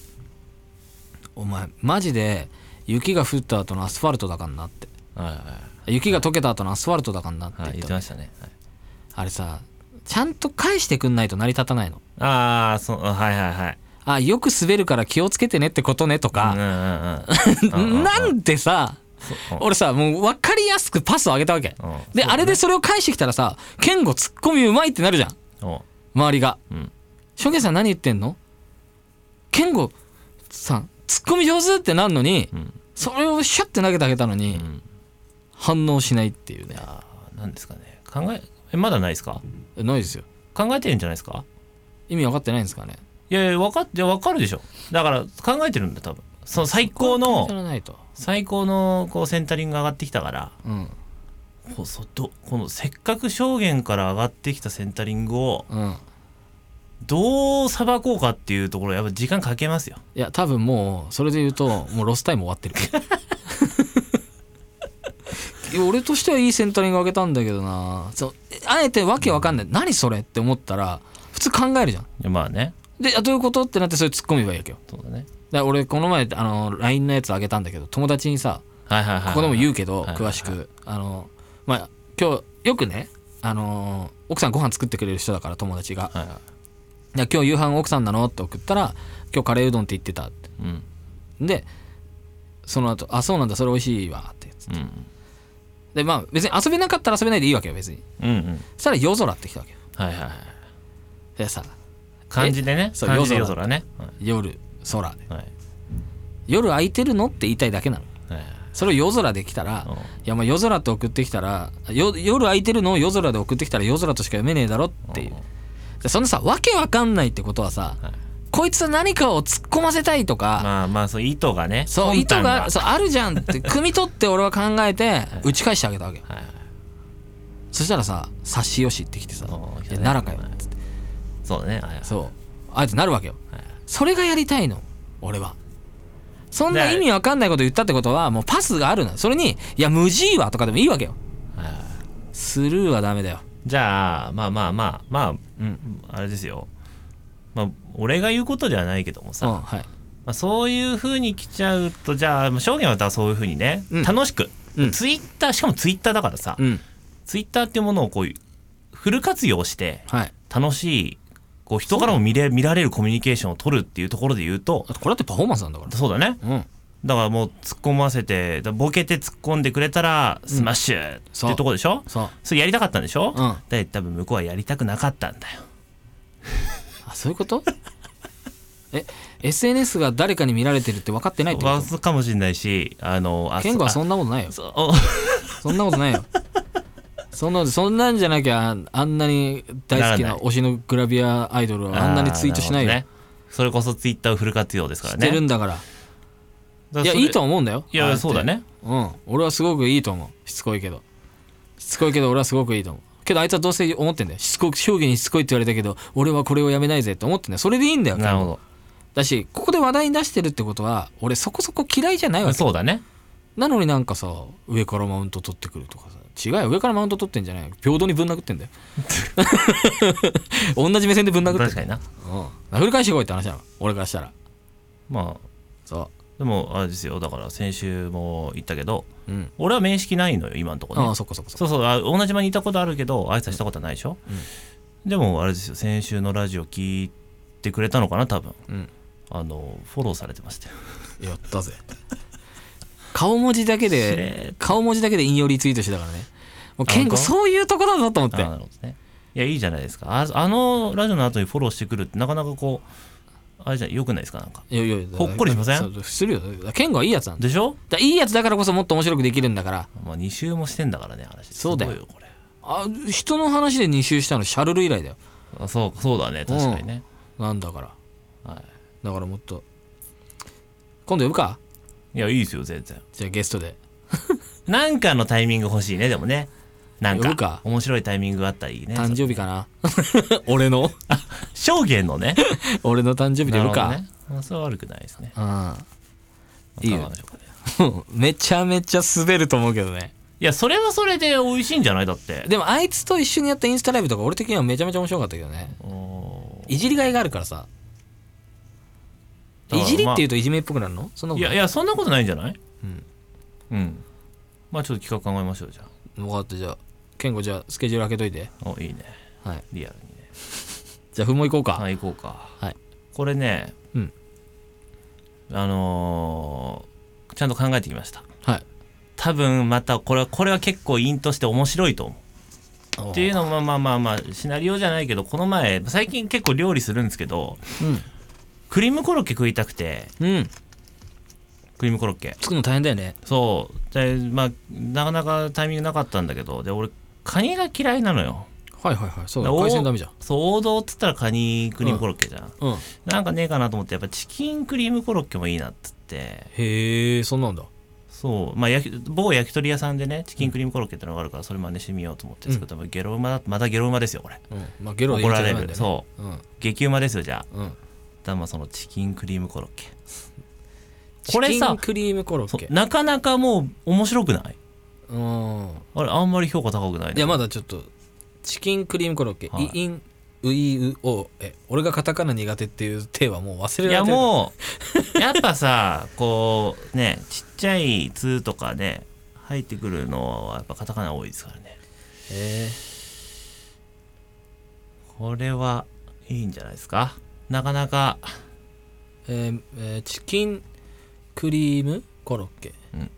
Speaker 2: 「お前マジで雪が降った後のアスファルトだかんな」って
Speaker 1: はいはい
Speaker 2: 「雪が溶けた後のアスファルトだかんな」って
Speaker 1: はい
Speaker 2: 言
Speaker 1: 言
Speaker 2: っ
Speaker 1: ったて
Speaker 2: の、
Speaker 1: ましたねはい
Speaker 2: あれさちゃんと返してくんないと成り立たないの
Speaker 1: ああそうはいはいはい
Speaker 2: 「あよく滑るから気をつけてねってことね」と
Speaker 1: う
Speaker 2: か、
Speaker 1: んうんうん
Speaker 2: なんでさ
Speaker 1: うん
Speaker 2: 俺さもう分かりやすくパスを上げたわけ、
Speaker 1: うん
Speaker 2: で、あれでそれを返してきたらさ健吾ツッコミうまいってなるじゃん
Speaker 1: お
Speaker 2: 周りが
Speaker 1: うん
Speaker 2: 「証言さん何言ってんの健吾さんツッコミ上手!」ってなるのに、
Speaker 1: ん
Speaker 2: それをシャッて投げてあげたのに、
Speaker 1: ん
Speaker 2: 反応しないっていうね
Speaker 1: あーなんですかね考ええまだないですか
Speaker 2: ないですよ
Speaker 1: 考えてるんじゃないですか
Speaker 2: 意味分かってないんですかね
Speaker 1: いやいや分かって分かるでしょだから考えてるんだよ多分その最高
Speaker 2: や
Speaker 1: の
Speaker 2: らないと、
Speaker 1: 最高のこうセンタリングが上がってきたから
Speaker 2: うん
Speaker 1: こうそどこのせっかく証言から上がってきたセンタリングを
Speaker 2: うん、
Speaker 1: どうさばこうかっていうところやっぱ時間かけますよ
Speaker 2: いや多分もうそれで言うともうロスタイム終わってる いや俺としてはいいセンタリング上げたんだけどなそうあえてわけわかんない、何それって思ったら普通考えるじゃん
Speaker 1: いやまあね
Speaker 2: であどういうことってなってそれ突っ込めばいいわけよ
Speaker 1: そうだね
Speaker 2: だから俺この前あの LINE のやつあげたんだけど友達にさ
Speaker 1: はいはいはい、
Speaker 2: ここでも言うけど
Speaker 1: はい
Speaker 2: 詳しくあのまあ今日よくねあの奥さんご飯作ってくれる人だから友達が
Speaker 1: はいは
Speaker 2: 「いや今日夕飯奥さんなの?」って送ったら「今日カレーうどんって言ってた」って
Speaker 1: いうん
Speaker 2: でその後あそうなんだそれ美味しいわ」ってやつ
Speaker 1: うん
Speaker 2: でまあ別に遊べなかったら遊べないでいいわけよ別に
Speaker 1: うんうん
Speaker 2: そしたら夜空ってきたわけよ
Speaker 1: はいはいはい
Speaker 2: でさ
Speaker 1: 漢字でね
Speaker 2: そう
Speaker 1: 漢字で
Speaker 2: 夜
Speaker 1: 夜空
Speaker 2: 空
Speaker 1: ね
Speaker 2: 夜空で
Speaker 1: はい
Speaker 2: 夜空いてるのって言いたいだけなの
Speaker 1: はいはい
Speaker 2: それを夜空で来たら
Speaker 1: うん
Speaker 2: 「いやまあ夜空って送ってきたらよ夜空いてるのを夜空で送ってきたら夜空としか読めねえだろ」っていうでそんなさわけわかんないってことはさ、
Speaker 1: はい
Speaker 2: こいつは何かを突っ込ませたいとか、
Speaker 1: まあまあそう意図がね
Speaker 2: そう意
Speaker 1: 魂
Speaker 2: 図
Speaker 1: 胆
Speaker 2: がそうあるじゃんっ て汲み取って俺は考えて打ち返してあげたわけよ、
Speaker 1: はいはい
Speaker 2: そしたらさ「察しよし」ってきてさ
Speaker 1: おー
Speaker 2: 「い
Speaker 1: 来た
Speaker 2: や
Speaker 1: ね
Speaker 2: 奈良かよ」っつって
Speaker 1: そうだねはいはい
Speaker 2: そうあえてなるわけよ
Speaker 1: はい
Speaker 2: それがやりたいの俺はそんな
Speaker 1: で
Speaker 2: 意味わかんないこと言ったってことはもうパスがあるのそれに「いや無事は」とかでもいいわけよ
Speaker 1: はいはい
Speaker 2: スルーはダメだよ
Speaker 1: じゃあまあまあまあまあ、うん、あれですよまあ俺が言うことではないけども
Speaker 2: う
Speaker 1: さ、
Speaker 2: ん
Speaker 1: ま
Speaker 2: はい
Speaker 1: あ、そういうふうに来ちゃうとじゃあまあ証言はまたそういうふうにね、
Speaker 2: うん
Speaker 1: 楽しく、
Speaker 2: うん
Speaker 1: ツイッターしかもツイッターだからさ、
Speaker 2: うん
Speaker 1: ツイッターっていうものをこういうフル活用して
Speaker 2: はい
Speaker 1: 楽しいこう人からも見れ見られるコミュニケーションを取るっていうところで言うと
Speaker 2: だってこれだってパフォーマンスなんだから
Speaker 1: そうだね
Speaker 2: うん
Speaker 1: だからもう突っ込ませてだボケて突っ込んでくれたらスマッシュっていうところでしょ、
Speaker 2: そう
Speaker 1: それやりたかったんでしょ、
Speaker 2: うん
Speaker 1: で多分向こうはやりたくなかったんだよ
Speaker 2: あそういうこと え SNS が誰かに見られてるって分かってないってこ
Speaker 1: わ
Speaker 2: と
Speaker 1: すかもしれないしあのあ
Speaker 2: 健吾はそ
Speaker 1: ん
Speaker 2: んなことないよ
Speaker 1: そう
Speaker 2: そんなことないよそんなそんなんじゃなきゃあんなに大好き
Speaker 1: なら
Speaker 2: な
Speaker 1: ない
Speaker 2: 推しのグラビアアイドル はあんなにツイートしないよ、
Speaker 1: あーるほどねそれこそツイッターをフル活用ですから
Speaker 2: し
Speaker 1: ね
Speaker 2: てるんだから
Speaker 1: だから
Speaker 2: いや
Speaker 1: それ
Speaker 2: いいとは思うんだよ
Speaker 1: い
Speaker 2: あれ
Speaker 1: や
Speaker 2: って
Speaker 1: そうだね
Speaker 2: うん俺はすごくいいと思うしつこいけどしつこいけど俺はすごくいいと思うけどあいつはどうせ思ってんだよしつこく将棋にしつこいって言われたけど俺はこれをやめないぜって思ってんだよそれでいいんだよ
Speaker 1: なるほ
Speaker 2: だしここで話題に出してるってことは俺そこそこ嫌いじゃないわ
Speaker 1: ど
Speaker 2: け
Speaker 1: そうだね
Speaker 2: なのになんかさ上からマウント取ってくるとかさ違うよ上からマウント取ってんじゃないよ平等にぶん殴ってんだ よ同じ目線でぶん殴ってん
Speaker 1: 確
Speaker 2: だ
Speaker 1: か
Speaker 2: よ
Speaker 1: にな
Speaker 2: うん殴り返してこいって話なの俺からしたら
Speaker 1: まあ
Speaker 2: そ
Speaker 1: でもあれですよだから先週も言ったけど
Speaker 2: ううん
Speaker 1: 俺は面識ないのよ今のところ、ね、
Speaker 2: ああそっかそっかそっか
Speaker 1: そうそうあ同じ場にいたことあるけど挨拶したことはないでしょ、でもあれですよ先週のラジオ聞いてくれたのかな多分
Speaker 2: うん
Speaker 1: あのフォローされてましたよ
Speaker 2: やっ たぜ顔文字だけ
Speaker 1: しれ
Speaker 2: で顔文字だけで引用リツイートしてたからねもう健
Speaker 1: あ本当
Speaker 2: 吾そういうとこだぞと思っ
Speaker 1: あ
Speaker 2: て
Speaker 1: ーなるほどねいやいいじゃないですかああのラジオの後にフォローしてくるってなかなかこうあれじゃよくないですかなんか
Speaker 2: いやいやだから
Speaker 1: ほっこりしません
Speaker 2: そうするよだから健吾はいいやつなんだ
Speaker 1: でしょ、
Speaker 2: だからいいやつだからこそもっと面白くできるんだから
Speaker 1: まあ、2週もしてんだからね話
Speaker 2: そうだよ
Speaker 1: すごいこれ
Speaker 2: あ人の話で2周したのシャルル以来だよ
Speaker 1: あそうそうだね確かにね、
Speaker 2: なんだから
Speaker 1: は
Speaker 2: だからもっと今度呼ぶか
Speaker 1: い、いやいいですよ全然
Speaker 2: じゃあゲストで
Speaker 1: なんかのタイミング欲しいねでもねなん
Speaker 2: 呼
Speaker 1: か
Speaker 2: ぶか
Speaker 1: 面白いタイミングがあったらいいね
Speaker 2: 誕生日かな 俺の
Speaker 1: 証言のね
Speaker 2: 俺の誕生日で
Speaker 1: なる
Speaker 2: 呼ぶ
Speaker 1: ほ
Speaker 2: か
Speaker 1: ど、ねまあ、それは悪くないですね。
Speaker 2: いいよ
Speaker 1: かがでしょうかね
Speaker 2: うん めちゃめちゃ滑ると思うけどね
Speaker 1: いや、それはそれで美味しいんじゃないだって。
Speaker 2: でもあいつと一緒にやったインスタライブとか俺的にはめちゃめちゃ面白かったけどね
Speaker 1: お
Speaker 2: いじりがいがあるからさ
Speaker 1: だからまあ
Speaker 2: いじりっていうといじめっぽくなるのそんな
Speaker 1: ーい
Speaker 2: こと
Speaker 1: や、
Speaker 2: ない
Speaker 1: いや、そんなことないんじゃない
Speaker 2: うん。
Speaker 1: うん。まあ、ちょっと企画考えましょう、じゃ
Speaker 2: 分かったじゃあ健吾じゃあスケジュール開けといて
Speaker 1: あ。お、いいね。
Speaker 2: はい
Speaker 1: リアルにね。
Speaker 2: じゃあふも行こうか、
Speaker 1: はい、行こうか。
Speaker 2: はい。
Speaker 1: これね、
Speaker 2: うん。
Speaker 1: あのーちゃんと考えてきました。
Speaker 2: はい
Speaker 1: 多分またこれはこれは結構因として面白いと思う。っていうのもまあまあまあまあシナリオじゃないけどこの前最近結構料理するんですけどクリームコロッケ食いたくて
Speaker 2: うん、うん、
Speaker 1: クリームコロッケ
Speaker 2: 作るの大変だよね
Speaker 1: そうでまあなかなかタイミングなかったんだけどで俺カニが嫌いなのよ
Speaker 2: はいはいはいそう
Speaker 1: だから
Speaker 2: 海鮮ダメじゃん
Speaker 1: そう王道っつったらカニクリームコロッケじゃん、
Speaker 2: うん
Speaker 1: なんかねえかなと思ってやっぱチキンクリームコロッケもいいなっつって
Speaker 2: へえそんなんだ
Speaker 1: そうまあ焼き某焼き鳥屋さんでねチキンクリームコロッケってのがあるからそれ真似してみようと思って作ったら、ゲロ馬だまたゲロ馬ですよこれ
Speaker 2: うんまあゲロは
Speaker 1: 怒られ
Speaker 2: 言っ
Speaker 1: る
Speaker 2: ちゃダメなんだよね
Speaker 1: そう激うまですよじゃあ
Speaker 2: うんうん
Speaker 1: だからまあそのチキンクリームコロッケこれさ
Speaker 2: チキンクリームコロッ
Speaker 1: そう
Speaker 2: ケ
Speaker 1: なかなかもう面白くない
Speaker 2: うん
Speaker 1: あれあんまり評価高くないね
Speaker 2: いやまだちょっとチキンクリームコロッケ、
Speaker 1: はい
Speaker 2: イインウイウオえ俺がカタカナ苦手っていう手はもう忘れ
Speaker 1: い
Speaker 2: ら
Speaker 1: や
Speaker 2: れてる
Speaker 1: もう やっぱさこうねちっちゃい「つ」とかね入ってくるのはやっぱカタカナ多いですからね
Speaker 2: へ
Speaker 1: これはいいんじゃないですかなかなか
Speaker 2: ええーえーチキンクリームコロッケ、
Speaker 1: うん
Speaker 2: へ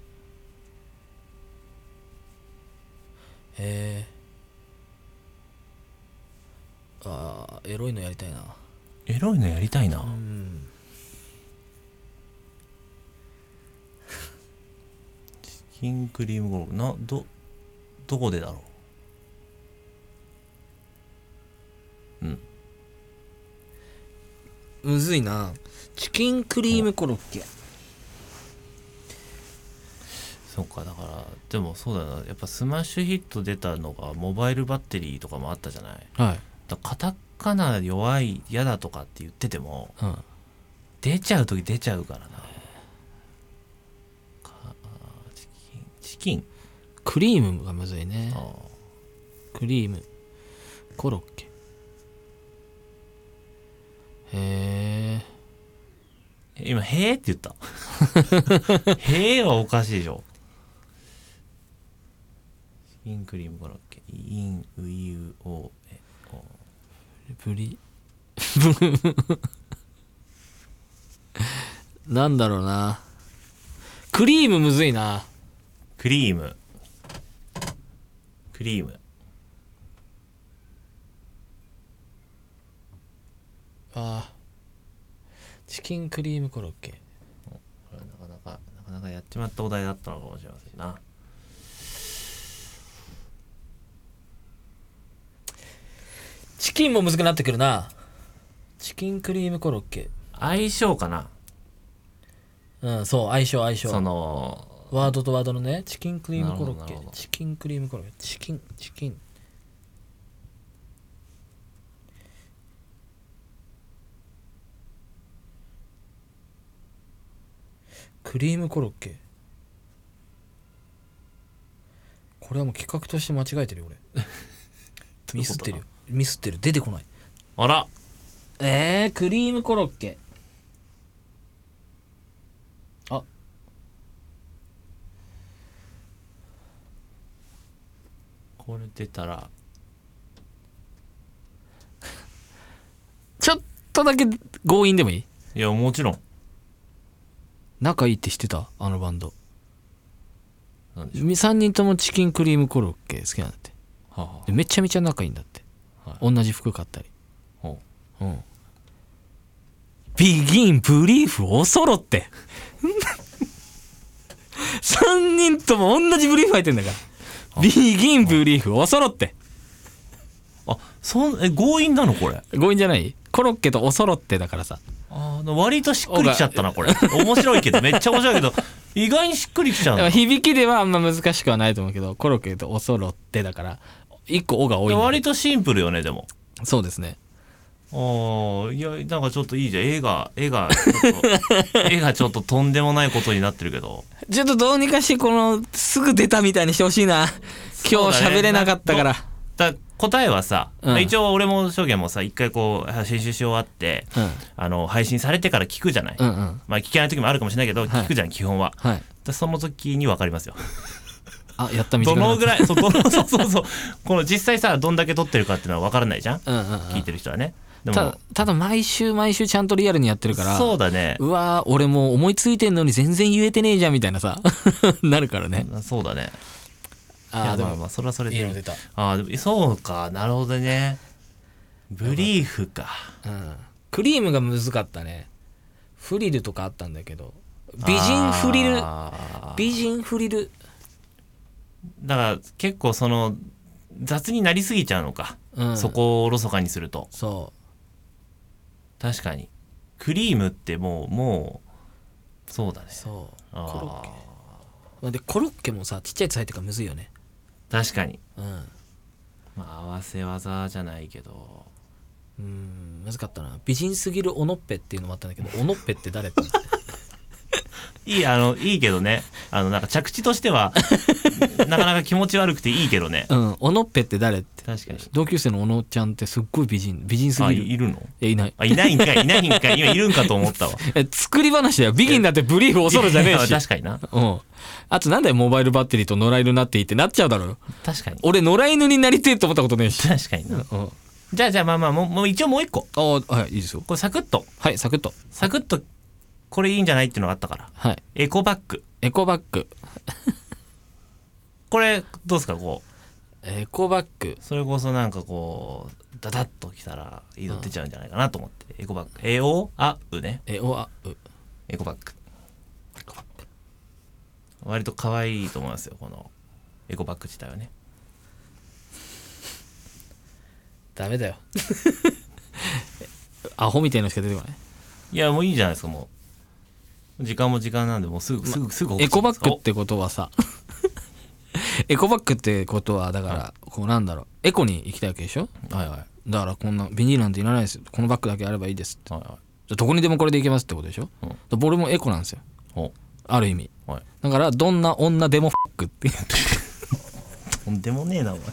Speaker 2: えあーエロいのやりたいな
Speaker 1: エロいのやりたいな
Speaker 2: うん
Speaker 1: チキンクリームコロッケなどどこでだろ
Speaker 2: むずいなチキンクリームコロッケ
Speaker 1: うそっかだからでもそうだなやっぱスマッシュヒット出たのがモバイルバッテリーとかもあったじゃない
Speaker 2: はい、
Speaker 1: だカタカナ弱い嫌だとかって言ってても
Speaker 2: うん、
Speaker 1: 出ちゃう時出ちゃうからなかチキンチキン
Speaker 2: クリームがむずいね
Speaker 1: ああ
Speaker 2: クリームコロッケへえ
Speaker 1: 今「へーって言 った「へーはおかしいでしょチキンクリームコロッケインウイウオエオ
Speaker 2: ブリ なんだろうなクリームむずいな
Speaker 1: クリームクリーム
Speaker 2: あチキンクリームコロッケ
Speaker 1: これはなかなかなかなかやっちまったお題だったのかもしれませんな
Speaker 3: キンもむずくなってくるなチキンクリームコロッケ
Speaker 1: 相性かな
Speaker 3: うんそう相性相性
Speaker 1: その
Speaker 3: ワードとワードのねチキンクリームコロッ
Speaker 1: なる
Speaker 3: ケ
Speaker 1: ほどなるほど
Speaker 3: チキンクリームコロッケチキンチキンクリームコロッケこれはもう企画として間違えてるよ俺ミスってるよミスってる出てこない
Speaker 1: あら
Speaker 3: えー、クリームコロッケあ
Speaker 1: これ出たら
Speaker 2: ちょっとだけ強引でもいい
Speaker 1: いやもちろん
Speaker 2: 仲いいって知ってたあのバンド
Speaker 1: なんでしょう
Speaker 2: 3人ともチキンクリームコロッケ好きなんだって
Speaker 1: はあは
Speaker 2: でめちゃめちゃ仲いいんだって、
Speaker 1: は
Speaker 2: 同じ服買ったり
Speaker 1: あほ
Speaker 2: うんビギンブリーフおそろって 3人とも同じブリーフ履いてんだからビギンブリーフおそろって
Speaker 1: うあそんえ強引なのこれ
Speaker 2: 強引じゃないコロッケとおそろってだからさ
Speaker 1: あー割としっくりきちゃったなこれ面白いけどめっちゃ面白い けど意外にしっくりきちゃう
Speaker 2: だか
Speaker 1: の
Speaker 2: ら響きではあんま難しくはないと思うけどコロッケとおそろってだから1個「お」が多いんだよ
Speaker 1: 割とシンプルよねでも
Speaker 2: そうですね
Speaker 1: ああいやなんかちょっといいじゃん絵が絵がちょっ と絵がちょっととんでもないことになってるけど
Speaker 2: ちょっとどうにかしてこのすぐ出たみたいにしてほしいな今日喋れなかったから
Speaker 1: だ答えはさ、
Speaker 2: うん
Speaker 1: 一応俺も証言もさ一回こう編集し終わって、
Speaker 2: うん
Speaker 1: あの配信されてから聞くじゃない、
Speaker 2: うんうん
Speaker 1: まあ聞けない時もあるかもしれないけど、
Speaker 2: はい
Speaker 1: 聞くじゃん基本は
Speaker 2: はい
Speaker 1: だその時に分かりますよ
Speaker 2: あやったみた
Speaker 1: ど
Speaker 2: いな
Speaker 1: のぐらいそうどのそうそうそうこの実際さどんだけ撮ってるかっていうのは分からないじゃん
Speaker 2: うんうんうん
Speaker 1: 聞いてる人はねで
Speaker 2: ただ
Speaker 1: も
Speaker 2: ただ毎週毎週ちゃんとリアルにやってるから
Speaker 1: そうだね
Speaker 2: うわー俺もう思いついてんのに全然言えてねえじゃんみたいなさ なるからね
Speaker 1: そうだねい
Speaker 2: あ
Speaker 1: や
Speaker 2: あで
Speaker 1: まあ
Speaker 2: も
Speaker 1: まあそれはそれで
Speaker 3: いいの出た
Speaker 1: あーでもそうかなるほどねブリーフか
Speaker 2: うんクリームがむずかったねフリルとかあったんだけど美人フリル
Speaker 1: あー
Speaker 2: 美人フリル
Speaker 1: だから結構その雑になりすぎちゃうのか、
Speaker 2: うん
Speaker 1: そこをおろそかにすると
Speaker 2: そ
Speaker 1: 確かにクリームってもうもうそうだね
Speaker 2: うそう
Speaker 1: あー
Speaker 2: コロッケまあでコロッケもさちっちゃいやつ入ってるからむずいよね
Speaker 1: 確かに、
Speaker 2: うん
Speaker 1: まあ、合わせ技じゃないけど
Speaker 2: うーん難かったな美人すぎるおのっぺっていうのもあったんだけ どおのっぺって誰って
Speaker 1: いいあのいいけどねあのなんか着地として はなかなか気持ち悪くていいけどね
Speaker 2: うんおのっぺって誰って
Speaker 1: 確かに
Speaker 2: 同級生のおのちゃんってすっごい美人美人す
Speaker 1: あ
Speaker 2: ぎる
Speaker 1: いいるの
Speaker 2: えいない
Speaker 1: あいないんかいいないんかい今いるんかと思 ったわ
Speaker 2: え作り話だよビギンだってブリーフ恐るじゃねえ
Speaker 1: いや確
Speaker 2: し
Speaker 1: かにな
Speaker 2: うんあとなんだよモバイルバッテリーと野良犬になっていいってなっちゃうだろう
Speaker 1: 確かに
Speaker 2: 俺野良犬になりてえと思ったことねえし
Speaker 1: 確かにな
Speaker 2: うんあ
Speaker 1: じゃあじゃあまあまあもうもう一応もう一個
Speaker 2: あはいいいですよ
Speaker 1: これサクッと
Speaker 2: はいサクッと
Speaker 1: サクッとこれいいんじゃないっていうのがあったから
Speaker 2: はい
Speaker 1: エコバッグ
Speaker 2: エコバッグ
Speaker 1: これどうですかこう
Speaker 2: エコバッグ
Speaker 1: それこそなんかこうダダッときたらいいの出ちゃうんじゃないかなと思って、エコバッグえおあうね
Speaker 2: えおあう
Speaker 1: エコバッグ割と可愛いと思いますよこのエコバッグ自体はね
Speaker 3: ダメだよ
Speaker 2: アホみたいなのしか出てこない
Speaker 1: いやもういいじゃないですかもう時間も時間なんでもうすぐすぐすぐ
Speaker 2: エコバッグっ
Speaker 1: お
Speaker 2: てことはさ エコバッグってことはだから、こうなんだろうエコに行きたいわけでしょ
Speaker 1: はいはいはい
Speaker 2: だからこんなビニールなんていらないですよこのバッグだけあればいいですって
Speaker 1: は
Speaker 2: じゃあどこにでもこれで行けますってことでしょ、
Speaker 1: うん
Speaker 2: だから俺もエコなんですよ
Speaker 1: いお
Speaker 2: ある意味
Speaker 1: はい
Speaker 2: だからどんな女でもフックっていう
Speaker 1: とんでもねえなお前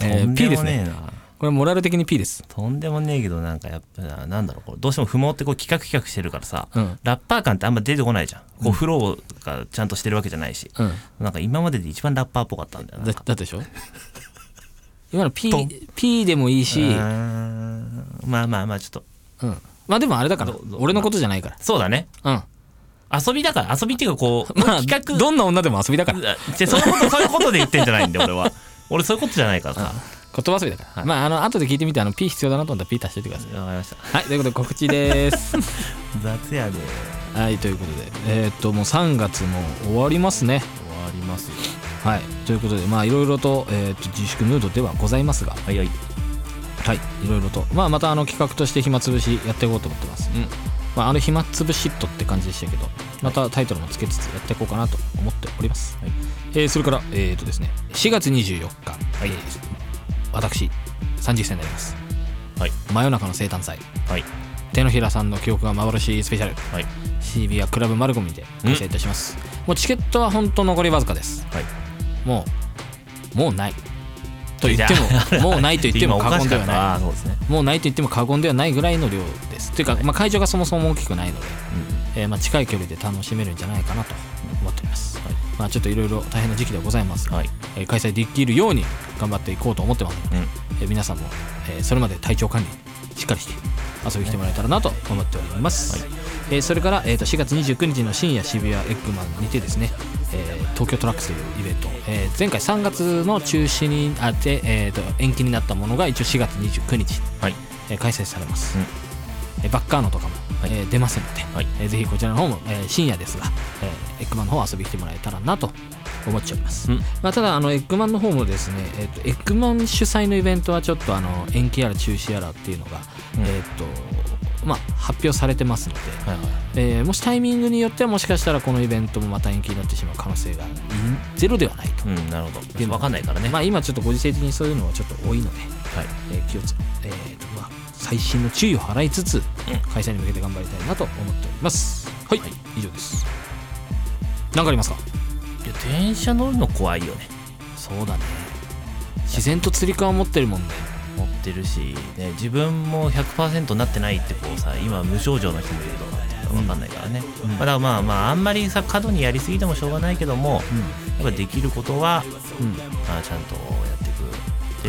Speaker 2: え
Speaker 1: とん
Speaker 2: ー P
Speaker 1: で
Speaker 2: で
Speaker 1: も
Speaker 2: す
Speaker 1: ね
Speaker 2: ね
Speaker 1: えな
Speaker 2: これモラル的に P です
Speaker 1: とんでもねえけどなんかやっぱななんだろうこれどうしても不毛ってこう企画企画してるからさ、
Speaker 2: うん
Speaker 1: ラッパー感ってあんま出てこないじゃんこうフローがちゃんとしてるわけじゃないし、
Speaker 2: うん
Speaker 1: なんか今までで一番ラッパーっぽかったんだよなな
Speaker 2: だだ
Speaker 1: んか
Speaker 2: ってでしょ今の P,
Speaker 1: ドン
Speaker 2: P でもいいうし、
Speaker 1: ー
Speaker 2: うん、
Speaker 1: んまあまあまあちょっと
Speaker 2: まあでもあれだから
Speaker 1: どど
Speaker 2: 俺のことじゃないか
Speaker 1: そうだね
Speaker 2: らうん
Speaker 1: 遊びだから遊びっていうかこう、
Speaker 2: まあ
Speaker 1: 企画
Speaker 2: どんな女でも遊びだから
Speaker 1: あ違うそういうことそういうことで言ってんじゃないん だよ俺は俺そういうことじゃないからさわ
Speaker 2: 言葉遊びだから、まああの後で聞いてみてあの P 必要だなと思ったら P 足しておいてください
Speaker 1: かりました
Speaker 2: はいということで告知です
Speaker 1: 雑やで
Speaker 2: はいということでえーっともう3月も終わりますね
Speaker 1: 終わりますよ
Speaker 2: はいということでまあいろいろと,、えーと自粛ムードではございますが
Speaker 1: はいはい
Speaker 2: はいいろいろと、まあ、またあの企画として暇つぶしやっていこうと思ってます、
Speaker 1: うん
Speaker 2: まあ、あの暇つぶしっとって感じでしたけどまたタイトルもつけつつやっていこうかなと思っております、
Speaker 1: はい
Speaker 2: えーそれからえっ、とですね4月24日、
Speaker 1: はい
Speaker 2: えー私30歳になります、
Speaker 1: はい、
Speaker 2: 真夜中の生誕祭
Speaker 1: はい
Speaker 2: 手のひらさんの記憶が幻スペシャル
Speaker 1: はい
Speaker 2: CB はクラブマルコムにて開催いたします、もうチケットは本当残りわずかです
Speaker 1: はい
Speaker 2: もうもうないと言ってももうないと言って
Speaker 1: 今
Speaker 2: も
Speaker 1: おか
Speaker 2: 過言
Speaker 1: し
Speaker 2: で
Speaker 1: かっ
Speaker 2: は
Speaker 1: た
Speaker 2: ない
Speaker 1: なあーそうですね
Speaker 2: もうないと言っても過言ではないぐらいの量です。というか、まあ、会場がそもそも大きくないので、えーまあ、近い距離で楽しめるんじゃないかなと思っております。
Speaker 1: はい
Speaker 2: まあ、ちょっといろいろ大変な時期ではございますが、
Speaker 1: はい
Speaker 2: えー開催できるように頑張っていこうと思ってますので、
Speaker 1: うん
Speaker 2: えー皆さんも、えーそれまで体調管理しっかりして遊びに来てもらえたらなと思っております、えーそれから、えー、と4月29日の深夜渋谷エッグマンにてですね、えー東京トラックスというイベント、えー前回3月の中止にあって、えーと延期になったものが一応4月29日、
Speaker 1: はい
Speaker 2: えー開催されます、
Speaker 1: うん
Speaker 2: えーバッカーノとかも、
Speaker 1: はい
Speaker 2: えー出ませんので、
Speaker 1: はい
Speaker 2: えーぜひこちらの方も、えー深夜ですが、えーエッグマンの方遊びに来てもらえたらなと思っております、
Speaker 1: うん
Speaker 2: まあ、ただあのエッグマンの方もですね、えー、とエッグマン主催のイベントはちょっとあの延期やら中止やらっていうのが、
Speaker 1: うん
Speaker 2: えっ、とまあ発表されてますので、
Speaker 1: はいはい
Speaker 2: えーもしタイミングによってはもしかしたらこのイベントもまた延期になってしまう可能性がゼロではない
Speaker 1: う
Speaker 2: と、
Speaker 1: んなるほ
Speaker 2: で
Speaker 1: ど
Speaker 2: も
Speaker 1: わかんないからね
Speaker 2: ま
Speaker 1: は
Speaker 2: あ、
Speaker 1: い
Speaker 2: 今ちょっとご時世的にそういうのはちょっと多いので、えー気をつ、えーとまあ、最新の注意を払いつつ、開催に向けて頑張りたいなと思っておりますはい、
Speaker 1: はい
Speaker 2: 以上です何かありますか
Speaker 1: いや電車乗るの怖いよね
Speaker 2: そうだね自然とつり革持ってるもんね
Speaker 1: 持ってるし、ね、自分も100%なってないってこうさ今無症状の人もいると分かんないからね、
Speaker 2: ん
Speaker 1: まあだからまあまああんまりさ過度にやりすぎてもしょうがないけども、やっぱできることは、
Speaker 2: うん
Speaker 1: まあ、ちゃんとやっていく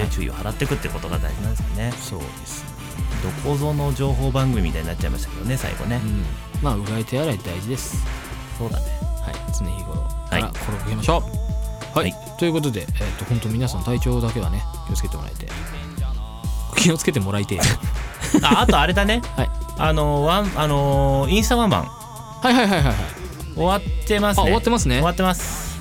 Speaker 1: で、注意を払っていくってことが大事なんですかね
Speaker 2: そうですね
Speaker 1: どこぞの情報番組みたいになっちゃいましたけどね最後ね、
Speaker 2: うんまあうがい手洗い大事です
Speaker 1: そうだね
Speaker 2: はい常日頃か
Speaker 1: い
Speaker 2: ら心がけましょうはい、
Speaker 1: は
Speaker 2: ということでえっ、と本当皆さん体調だけはね気をつけてもらえて気をつけてもらいて え
Speaker 1: ああとあれだね
Speaker 2: はい
Speaker 1: あのワンあのインスタワンマン
Speaker 2: はいはいはいはいはい
Speaker 1: 終わってますね
Speaker 2: あ終わってますね
Speaker 1: 終わってます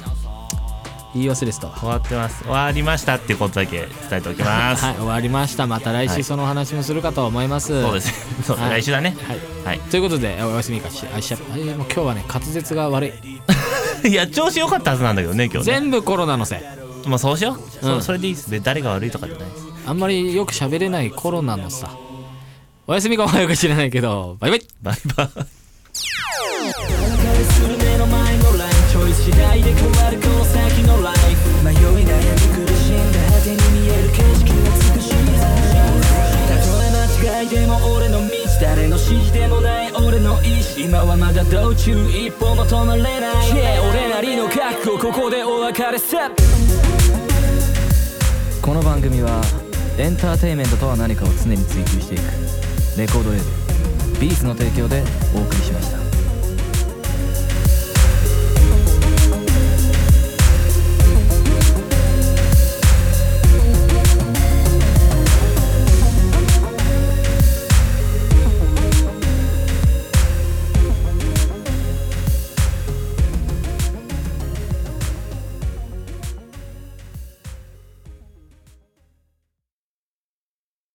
Speaker 2: 言い忘れてたわ
Speaker 1: 終わってます終わりましたっていうことだけ伝えておきます、
Speaker 2: はい終わりましたまた来
Speaker 1: は
Speaker 2: 週
Speaker 1: い
Speaker 2: そのお話もするかと思います、
Speaker 1: そうですねそう
Speaker 2: はい
Speaker 1: 来週だね
Speaker 2: はい
Speaker 1: はい
Speaker 2: ということでお休みかしあいしゃあいやもう今日はね滑舌が悪い
Speaker 1: いや調子良かったはずなんだけどね今日ね
Speaker 2: 全部コロナのせい
Speaker 1: まあそうしよう、
Speaker 2: う
Speaker 1: そ
Speaker 2: ん
Speaker 1: うそれでいいですで誰が悪いとかじゃないです
Speaker 2: あんまりよく喋れないコロナのさお休みかおはようか知らないけどバイバイ
Speaker 1: バイバイ
Speaker 3: する目の前のラインチョイス次第で変わるこの先のライフ迷い悩み苦しんだ果てに見える景色は美しいたとえ間違いでも俺の道誰の指示でもない俺の意志今はまだ道中一歩も止まれない Yeah 俺なりの覚悟ここでお別れさ
Speaker 4: この番組はエンターテインメントとは何かを常に追求していくレコードレーベル「ビーズの提供でお送りしました。